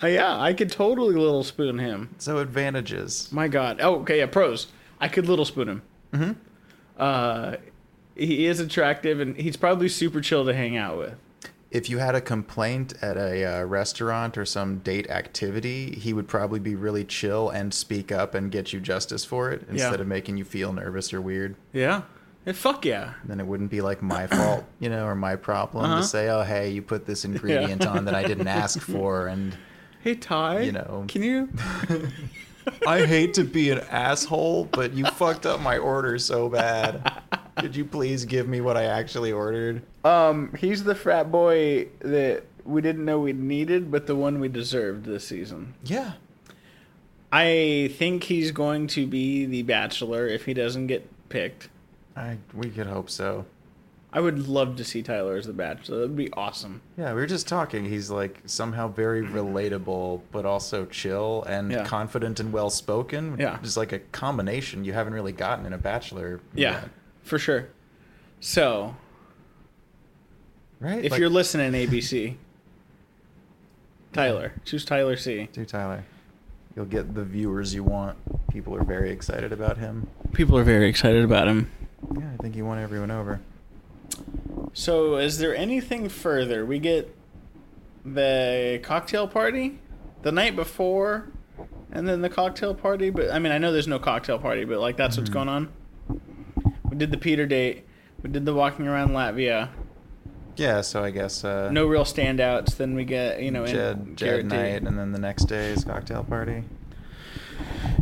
S1: Uh, yeah, I could totally little spoon him.
S2: so advantages.
S1: My God. Oh, okay. Yeah, pros. I could little spoon him. Mm-hmm. Uh, he is attractive, and he's probably super chill to hang out with.
S2: If you had a complaint at a uh, restaurant or some date activity, he would probably be really chill and speak up and get you justice for it instead of making you feel nervous or weird.
S1: Yeah. And fuck yeah.
S2: And then it wouldn't be like my fault, you know, or my problem
S1: Uh-huh.
S2: to say, oh, hey, you put this ingredient on that I didn't ask for. And
S1: Hey Ty,
S2: You know.
S1: can you?
S2: I hate to be an asshole, but you fucked up my order so bad. Could you please give me what I actually ordered?
S1: Um, he's the frat boy that we didn't know we needed, but the one we deserved this season.
S2: Yeah.
S1: I think he's going to be the bachelor if he doesn't get picked.
S2: I we could hope so.
S1: I would love to see Tyler as the bachelor. That'd be awesome.
S2: Yeah, we were just talking. He's like somehow very relatable, but also chill and
S1: Yeah.
S2: confident and well spoken.
S1: Yeah.
S2: Just like a combination you haven't really gotten in a bachelor.
S1: Yeah,
S2: yet,
S1: for sure. So,
S2: Right?
S1: if
S2: Like-
S1: you're listening, ABC, Tyler, choose Tyler C.
S2: do Tyler. You'll get the viewers you want. People are very excited about him.
S1: People are very excited about him.
S2: Yeah, I think he won everyone over.
S1: So, is there anything further? We get the cocktail party the night before, and then the cocktail party. But I mean, I know there's no cocktail party, but like that's
S2: Mm-hmm.
S1: what's going on. We did the Peter date. We did the walking around Latvia.
S2: Yeah, so I guess uh
S1: No real standouts. Then we get you know and
S2: Jed, Jed
S1: Garrett
S2: night, and then the next day is cocktail party.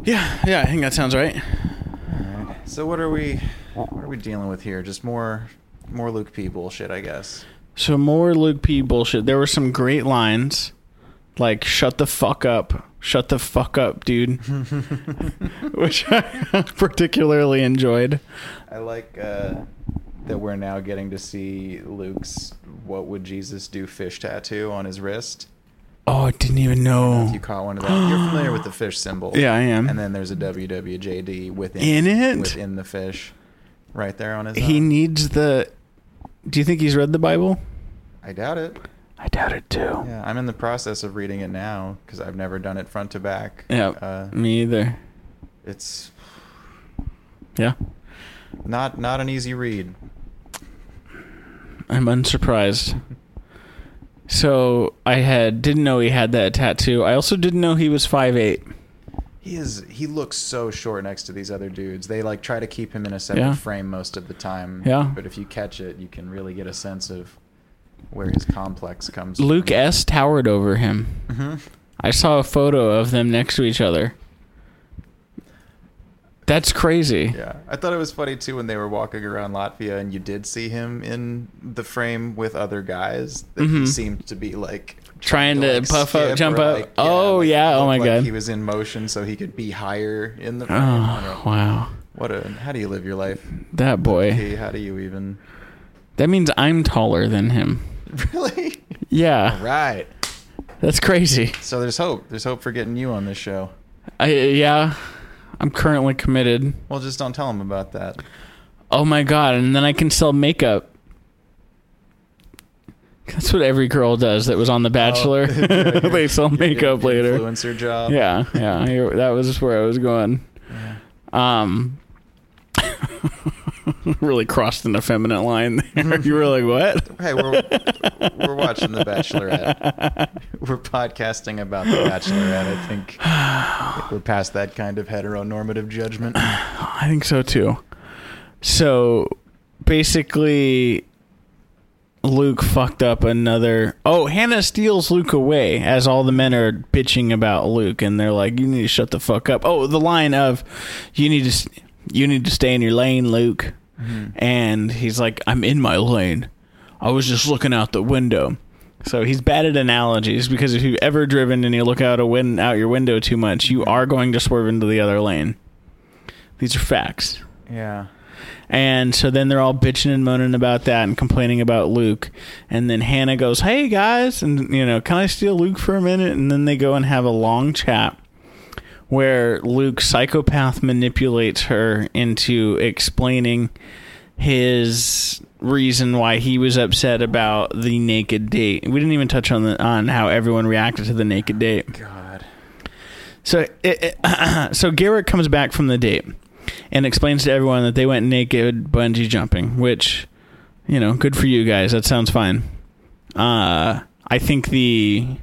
S1: Yeah, yeah, I think that sounds right.
S2: All right. So what are we, what are we dealing with here? Just more, more Luke P bullshit, I guess.
S1: So more Luke P bullshit. There were some great lines, like "Shut the fuck up, shut the fuck up, dude,"
S2: Mm-hmm.
S1: which I particularly enjoyed.
S2: I like uh, that we're now getting to see Luke's "What would Jesus do?" fish tattoo on his wrist.
S1: Oh, I didn't even
S2: If
S1: know.
S2: you caught one of that, you're familiar with the fish symbol.
S1: Yeah, I am.
S2: And then there's a WWJD within
S1: In it?
S2: within the fish, right there on his.
S1: He
S2: arm.
S1: needs the. Do you think he's read the Bible?
S2: I doubt it.
S1: I doubt it too.
S2: Yeah, I'm in the process of reading it now because I've never done it front to back.
S1: Yeah,
S2: Uh,
S1: me either.
S2: it's
S1: Yeah,
S2: Not not an easy read.
S1: I'm unsurprised. So I had didn't know he had that tattoo. I also didn't know he was five eight.
S2: He is he looks so short next to these other dudes. They like try to keep him in a separate
S1: Yeah.
S2: frame most of the time.
S1: Yeah.
S2: But if you catch it, you can really get a sense of where his complex comes
S1: Luke
S2: from.
S1: S towered over him.
S2: Mhm.
S1: I saw a photo of them next to each other. That's crazy.
S2: Yeah. I thought it was funny too when they were walking around Latvia and you did see him in the frame with other guys that he
S1: Mhm.
S2: seemed to be like
S1: Trying to
S2: like,
S1: puff
S2: skip
S1: up,
S2: or,
S1: jump up.
S2: like,
S1: oh
S2: like,
S1: yeah. Oh
S2: look
S1: my
S2: like
S1: god.
S2: He was in motion so he could be higher in the frame. I
S1: oh
S2: don't know.
S1: wow.
S2: What a how do you live your life?
S1: That boy.
S2: Hey, how do you even
S1: That means I'm taller than him.
S2: Really?
S1: Yeah,
S2: Right.
S1: that's crazy.
S2: So there's hope. There's hope for getting you on this show.
S1: I, yeah, I'm currently committed.
S2: Well, just don't tell them about that.
S1: Oh my god! And then I can sell makeup. That's what every girl does that was on The Bachelor. they sell makeup later.
S2: Oh. Influencer job.
S1: Yeah, yeah. here- That was where I was going. Um, really crossed an effeminate line there. You were like, what?
S2: Hey, we're we're watching The Bachelorette. We're podcasting about The Bachelorette. I think we're past that kind of heteronormative judgment.
S1: I think so too. So basically, Luke fucked up another. Oh, Hannah steals Luke away as all the men are bitching about Luke, and they're like, "You need to shut the fuck up." Oh, the line of, "You need to, s- you need to stay in your lane, Luke," and he's like, "I'm in my lane. I was just looking out the window." So he's bad at analogies because if you've ever driven and you look out a win- out your window too much, you are going to swerve into the other lane. These are facts.
S2: Yeah.
S1: And so then they're all bitching and moaning about that and complaining about Luke. And then Hannah goes, Hey guys, and you know, can I steal Luke for a minute? And then they go and have a long chat where Luke psychopath manipulates her into explaining his reason why he was upset about the naked date. We didn't even touch on the, on how everyone reacted to the naked date.
S2: God.
S1: So, it, it, so Garrett comes back from the date and explains to everyone that they went naked bungee jumping, which, you know, good for you guys. That sounds fine. Uh, I think the,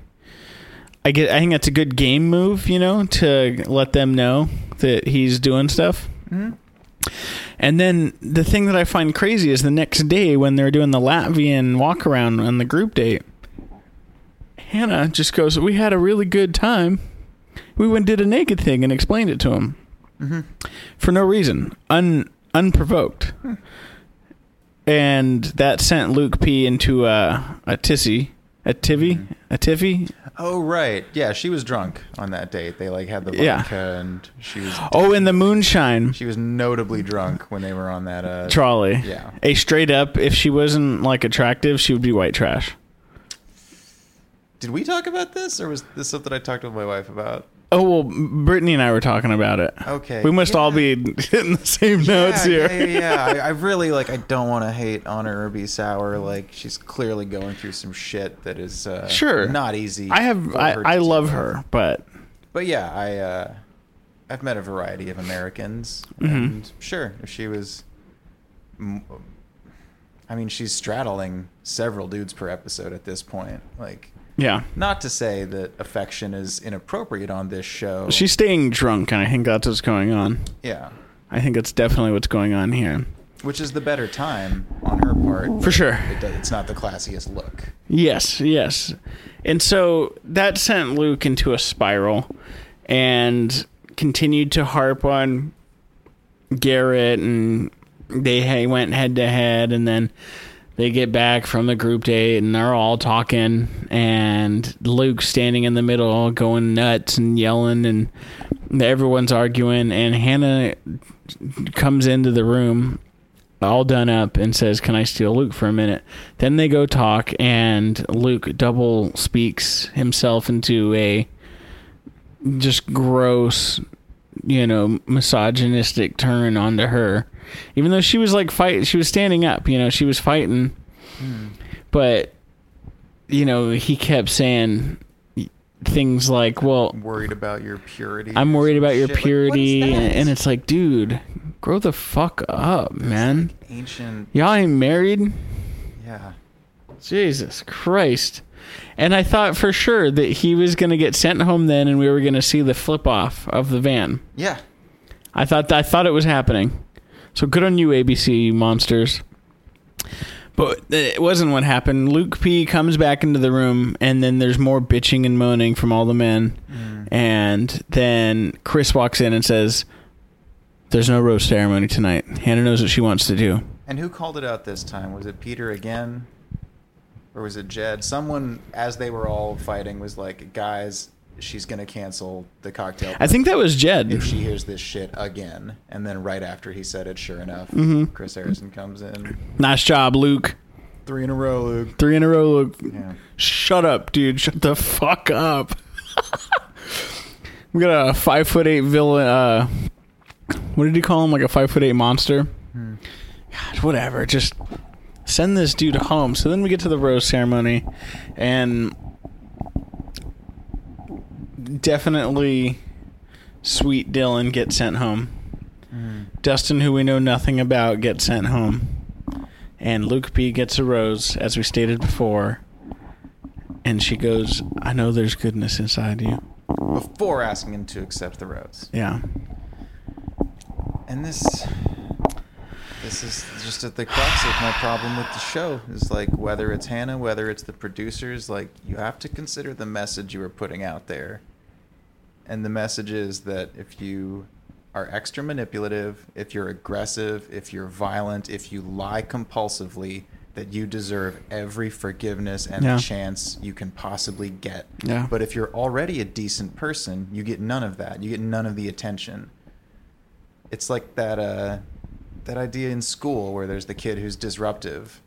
S1: I get, I think that's a good game move, you know, to let them know that he's doing stuff. And then the thing that I find crazy is the next day when they're doing the Latvian walk around on the group date, Hannah just goes, "We had a really good time." we went and did a naked thing and explained it to him Mm-hmm. for no reason, un unprovoked,
S2: Hmm.
S1: and that sent Luke P into a a tizzy, a tivy, a tiffy.
S2: Oh right. Yeah, she was drunk on that date. They like had the vodka
S1: Yeah.
S2: and she was
S1: Oh, in the moonshine
S2: she was notably drunk when they were on that uh
S1: trolley.
S2: Yeah.
S1: a straight up. If she wasn't like attractive, she would be white trash.
S2: Did we talk about this or was this something I talked with my wife about?
S1: Oh well, Brittany and I were talking about it.
S2: Okay.
S1: we must all
S2: Yeah.
S1: be hitting the same notes
S2: yeah,
S1: here.
S2: Yeah, yeah. yeah. I, I really like. I don't want to hate on her or be sour. Like she's clearly going through some shit that is uh,
S1: Sure.
S2: not easy.
S1: I have.
S2: for
S1: I,
S2: her
S1: I
S2: to
S1: love
S2: deal with.
S1: her, but
S2: But yeah, I uh, I've met a variety of Americans,
S1: Mm-hmm.
S2: and sure, if she was, m- I mean, she's straddling several dudes per episode at this point. Like,
S1: yeah,
S2: not to say that affection is inappropriate on this show.
S1: she's staying drunk, and I think that's what's going on.
S2: yeah,
S1: I think that's definitely what's going on here.
S2: which is the better time on her part.
S1: For sure.
S2: It does, it's not the classiest look.
S1: Yes, yes. And so that sent Luke into a spiral and continued to harp on Garrett and they ha- went head to head and then they get back from the group date and they're all talking and Luke standing in the middle going nuts and yelling and everyone's arguing and Hannah comes into the room all done up and says, "Can I steal Luke for a minute?" Then they go talk, and Luke double speaks himself into a just gross, you know, misogynistic turn onto her. Even though she was like fight, she was standing up. You know, she was fighting, but you know, he kept saying things like, "Well,
S2: worried about your purity.
S1: I'm
S2: or
S1: worried
S2: some
S1: about your
S2: shit. Like,
S1: purity,"
S2: what is that?
S1: and it's like, dude, grow the fuck up, man.
S2: ancient.
S1: Y'all ain't married?
S2: Yeah,
S1: Jesus Christ. And I thought for sure that he was going to get sent home then and we were going to see the flip off of the van.
S2: yeah.
S1: I thought I thought it was happening. So good on you ABC you monsters. But it wasn't what happened. Luke P comes back into the room and then there's more bitching and moaning from all the men.
S2: Mm.
S1: And then Chris walks in and says there's no rose ceremony tonight. Hannah knows what she wants to do.
S2: And who called it out this time? Was it Peter again, or was it Jed? Someone, as they were all fighting, was like, "Guys, she's gonna cancel the cocktail
S1: I think that was Jed.
S2: if she hears this shit again." And then right after he said it, sure enough, Chris Harrison comes in,
S1: Nice job, Luke.
S2: three in a row, Luke.
S1: Three in a row, Luke.
S2: Yeah.
S1: Shut up, dude. Shut the fuck up. we got a five foot eight villain. Uh,
S2: Hmm.
S1: what did he call him? Like a five foot eight monster? God, whatever. Just send this dude home. So then we get to the rose ceremony, and definitely sweet Dylan gets sent home.
S2: Hmm.
S1: Dustin, who we know nothing about, gets sent home. And Luke P gets a rose, as we stated before. And she goes, I know there's goodness inside you.
S2: before asking him to accept the rose.
S1: Yeah.
S2: And this this is just at the crux of my problem with the show is like whether it's Hannah, whether it's the producers, like you have to consider the message you are putting out there. And the message is that if you are extra manipulative, if you're aggressive, if you're violent, if you lie compulsively, that you deserve every forgiveness and
S1: Yeah.
S2: chance you can possibly get.
S1: Yeah.
S2: But if you're already a decent person, you get none of that. You get none of the attention it's like that uh that idea in school where there's the kid who's disruptive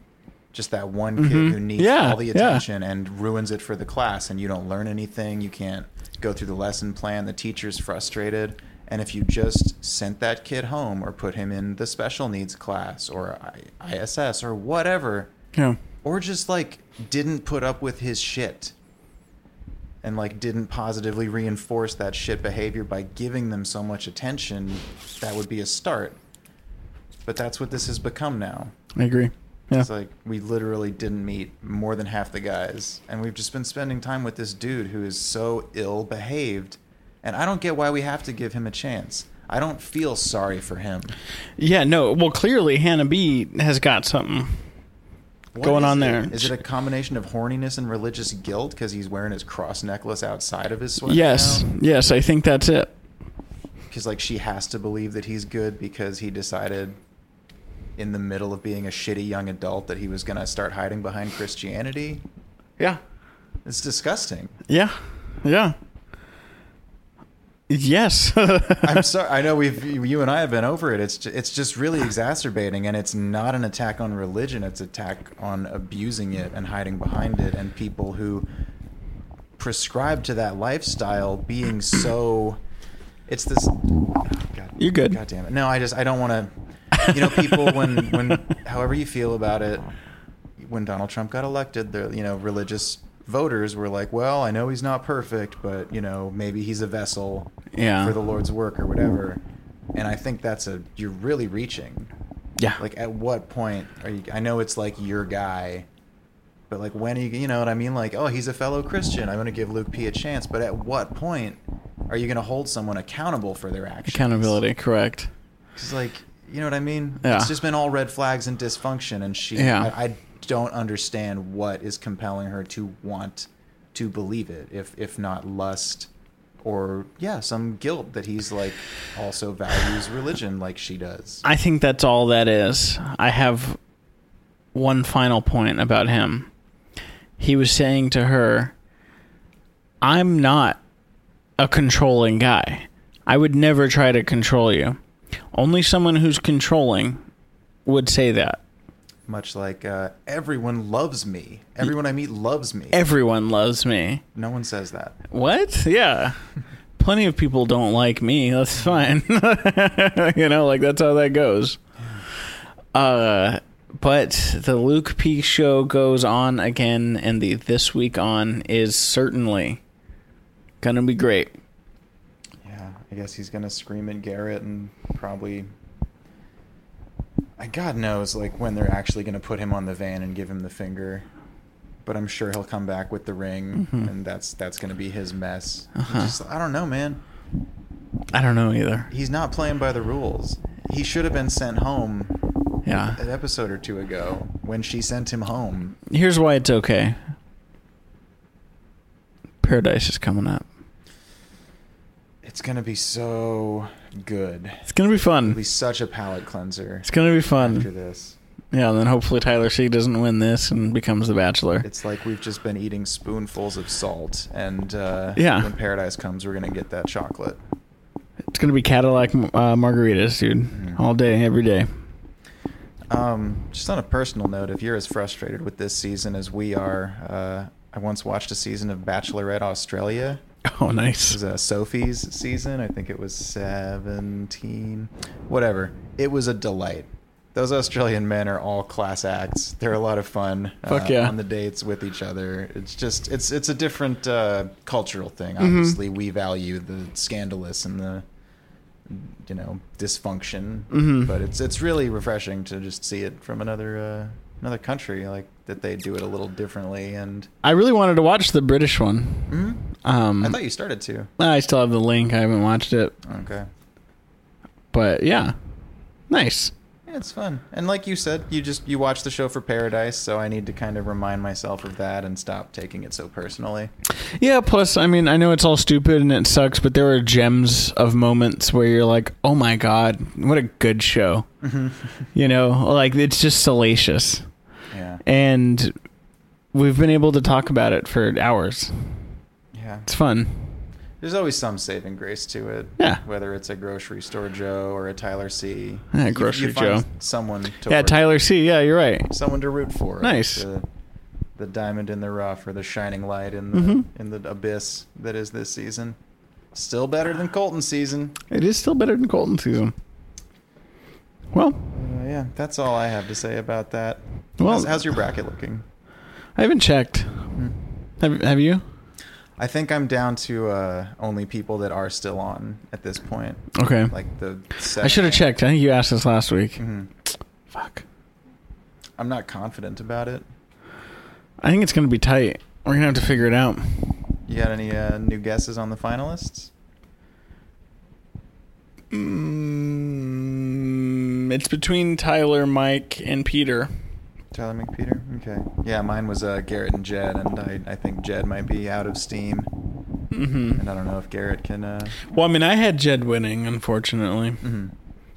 S2: just that one
S1: Mhm.
S2: kid who needs
S1: Yeah,
S2: all the
S1: yeah.
S2: attention and ruins it for the class and you don't learn anything you can't go through the lesson plan the teacher's frustrated and if you just sent that kid home or put him in the special needs class or I- ISS or whatever
S1: Yeah.
S2: or just like didn't put up with his shit and like didn't positively reinforce that shit behavior by giving them so much attention that would be a start but that's what this has become now
S1: I agree. Yeah.
S2: it's like we literally didn't meet more than half the guys and we've just been spending time with this dude who is so ill behaved and i don't get why we have to give him a chance i don't feel sorry for him
S1: Yeah, no. Well, clearly Hannah B has got something.
S2: What
S1: going
S2: is
S1: on
S2: it?
S1: there.
S2: Is it a combination of horniness and religious guilt because he's wearing his cross necklace outside of his sweater?
S1: Yes. Yes, I think that's it.
S2: Because like she has to believe that he's good because he decided in the middle of being a shitty young adult that he was gonna start hiding behind Christianity.
S1: Yeah.
S2: It's disgusting.
S1: Yeah. Yeah. Yes.
S2: I'm sorry. I know we've you and I have been over it. It's ju- it's just really exacerbating, and it's not an attack on religion. It's attack on abusing it and hiding behind it, and people who prescribe to that lifestyle being so. It's this. oh, God,
S1: You're good.
S2: God damn it! No, I just I don't want to. You know, people when when however you feel about it, when Donald Trump got elected, the you know religious voters were like, well, I know he's not perfect, but you know maybe he's a vessel
S1: Yeah.
S2: for the Lord's work or whatever. And I think that's a you're really reaching.
S1: Yeah.
S2: Like at what point are you I know it's like your guy, but like when are you you know what I mean like oh he's a fellow Christian. I'm going to give Luke P a chance, but at what point are you going to hold someone accountable for their actions?
S1: accountability, correct?
S2: Cuz like you know what I mean?
S1: Yeah.
S2: It's just been all red flags and dysfunction and she
S1: Yeah.
S2: I, I don't understand what is compelling her to want to believe it if if not lust or yeah, some guilt that he's like also values religion like she does.
S1: I think that's all that is. I have one final point about him. He was saying to her, I'm not a controlling guy. I would never try to control you. Only someone who's controlling would say that.
S2: much like uh, everyone loves me. Everyone I meet loves me.
S1: Everyone loves me.
S2: no one says that.
S1: What? Yeah. Plenty of people don't like me. That's fine. you know, like that's how that goes. Uh but the Luke P show goes on again and the this week on is certainly gonna be great.
S2: Yeah, I guess he's gonna scream at Garrett and probably. I God knows, like when they're actually gonna put him on the van and give him the finger, but I'm sure he'll come back with the ring, and that's that's gonna be his mess.
S1: Mm-hmm. Uh-huh.
S2: Just, I don't know, man.
S1: I don't know either.
S2: He's not playing by the rules. He should have been sent home an
S1: Yeah.
S2: episode or two ago when she sent him home.
S1: Here's why it's okay. Paradise is coming up.
S2: It's gonna be so good.
S1: It's gonna be
S2: It'll be
S1: fun.
S2: such a palate cleanser.
S1: It's gonna be
S2: after
S1: fun.
S2: this.
S1: Yeah, and then hopefully Tyler C doesn't win this and becomes the bachelor.
S2: It's like we've just been eating spoonfuls of salt, and uh,
S1: Yeah.
S2: when paradise comes, we're gonna get that chocolate.
S1: It's gonna be Cadillac uh, margaritas, dude,
S2: Mm.
S1: all day, every day.
S2: Um, just on a personal note, if you're as frustrated with this season as we are, uh, I once watched a season of Bachelorette Australia.
S1: Oh,
S2: It
S1: nice.
S2: was uh, Sophie's season. I think it was 17. Whatever. It was a delight. Those Australian men are all class acts. They're a lot of fun. uh,
S1: Fuck yeah.
S2: On the dates with each other. It's just it's it's a different uh, cultural
S1: Mm-hmm.
S2: thing. Obviously, we value the scandalous and the you know dysfunction,
S1: Mhm.
S2: but it's it's really refreshing to just see it from another uh, another country like that they do it a little differently. And
S1: I really wanted to watch the British one.
S2: Mhm.
S1: Um,
S2: I thought you started to.
S1: I still have the link. I haven't watched it,
S2: Okay.
S1: but yeah, nice.
S2: Yeah, it's fun. And like you said, you just you watch the show for paradise, so I need to kind of remind myself of that and stop taking it so personally.
S1: Yeah. Plus, I mean, I know it's all stupid and it sucks, but there were gems of moments where you're like, "Oh my god, what a good show!" you know, like it's just salacious,
S2: Yeah.
S1: and we've been able to talk about it for hours.
S2: Yeah.
S1: It's fun.
S2: There's always some saving grace to it.
S1: Yeah.
S2: Whether it's a grocery store Joe or a Tyler C.
S1: Yeah,
S2: You-
S1: grocery
S2: you find
S1: Joe.
S2: Someone to
S1: Yeah,
S2: work-
S1: Tyler C. Yeah, you're right.
S2: someone to root for.
S1: Nice.
S2: The, the diamond in the rough or the shining light in the
S1: Mhm.
S2: in the abyss that is this season. Still better than Colton season.
S1: It is still better than Colton season. Well,
S2: Uh, yeah, that's all I have to say about that.
S1: Well-
S2: how's, how's your bracket looking? Hmm.
S1: I haven't checked. Have Have you?
S2: I think I'm down to uh, only people that are still on at this point.
S1: Okay.
S2: Like the.
S1: I should have checked. I think you asked this last week.
S2: hmm
S1: Fuck.
S2: I'm not confident about it.
S1: I think it's gonna be tight. We're gonna have to figure it out.
S2: You got any uh, new guesses on the finalists?
S1: Mm, it's between Tyler, Mike, and Peter.
S2: Tyler McPeter. Okay. Yeah, mine was uh, Garrett and Jed, and I, I think Jed might be out of steam,
S1: hmm
S2: and I don't know if Garrett can. Uh...
S1: Well, I mean, I had Jed winning, unfortunately.
S2: mhm.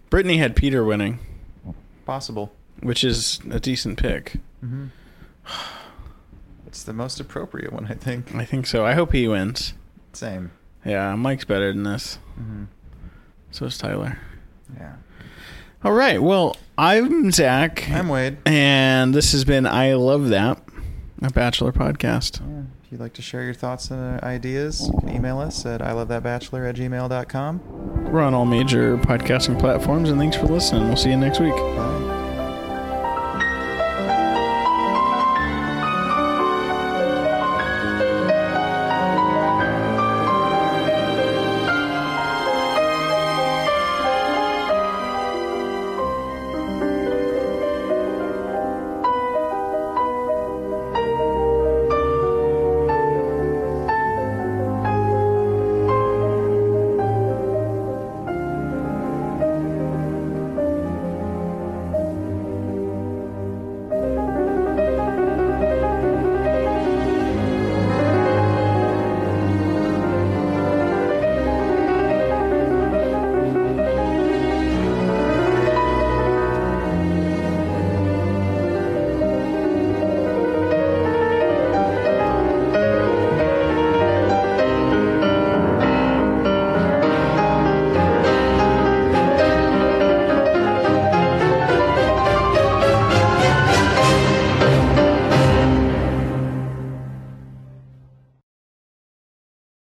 S1: Brittany had Peter winning,
S2: Possible.
S1: which is a decent pick.
S2: hmm It's the most appropriate one, I think.
S1: I think so. I hope he wins.
S2: Same.
S1: Yeah, Mike's better than this.
S2: hmm
S1: So is Tyler.
S2: Yeah.
S1: All right. Well, I'm Zach.
S2: I'm Wade.
S1: And this has been I Love That, a Bachelor podcast.
S2: Yeah, if you'd like to share your thoughts and uh, ideas, you can email us at I love that bachelor at gmail.com.
S1: We're on all major podcasting platforms, and thanks for listening. We'll see you next week.
S2: Bye.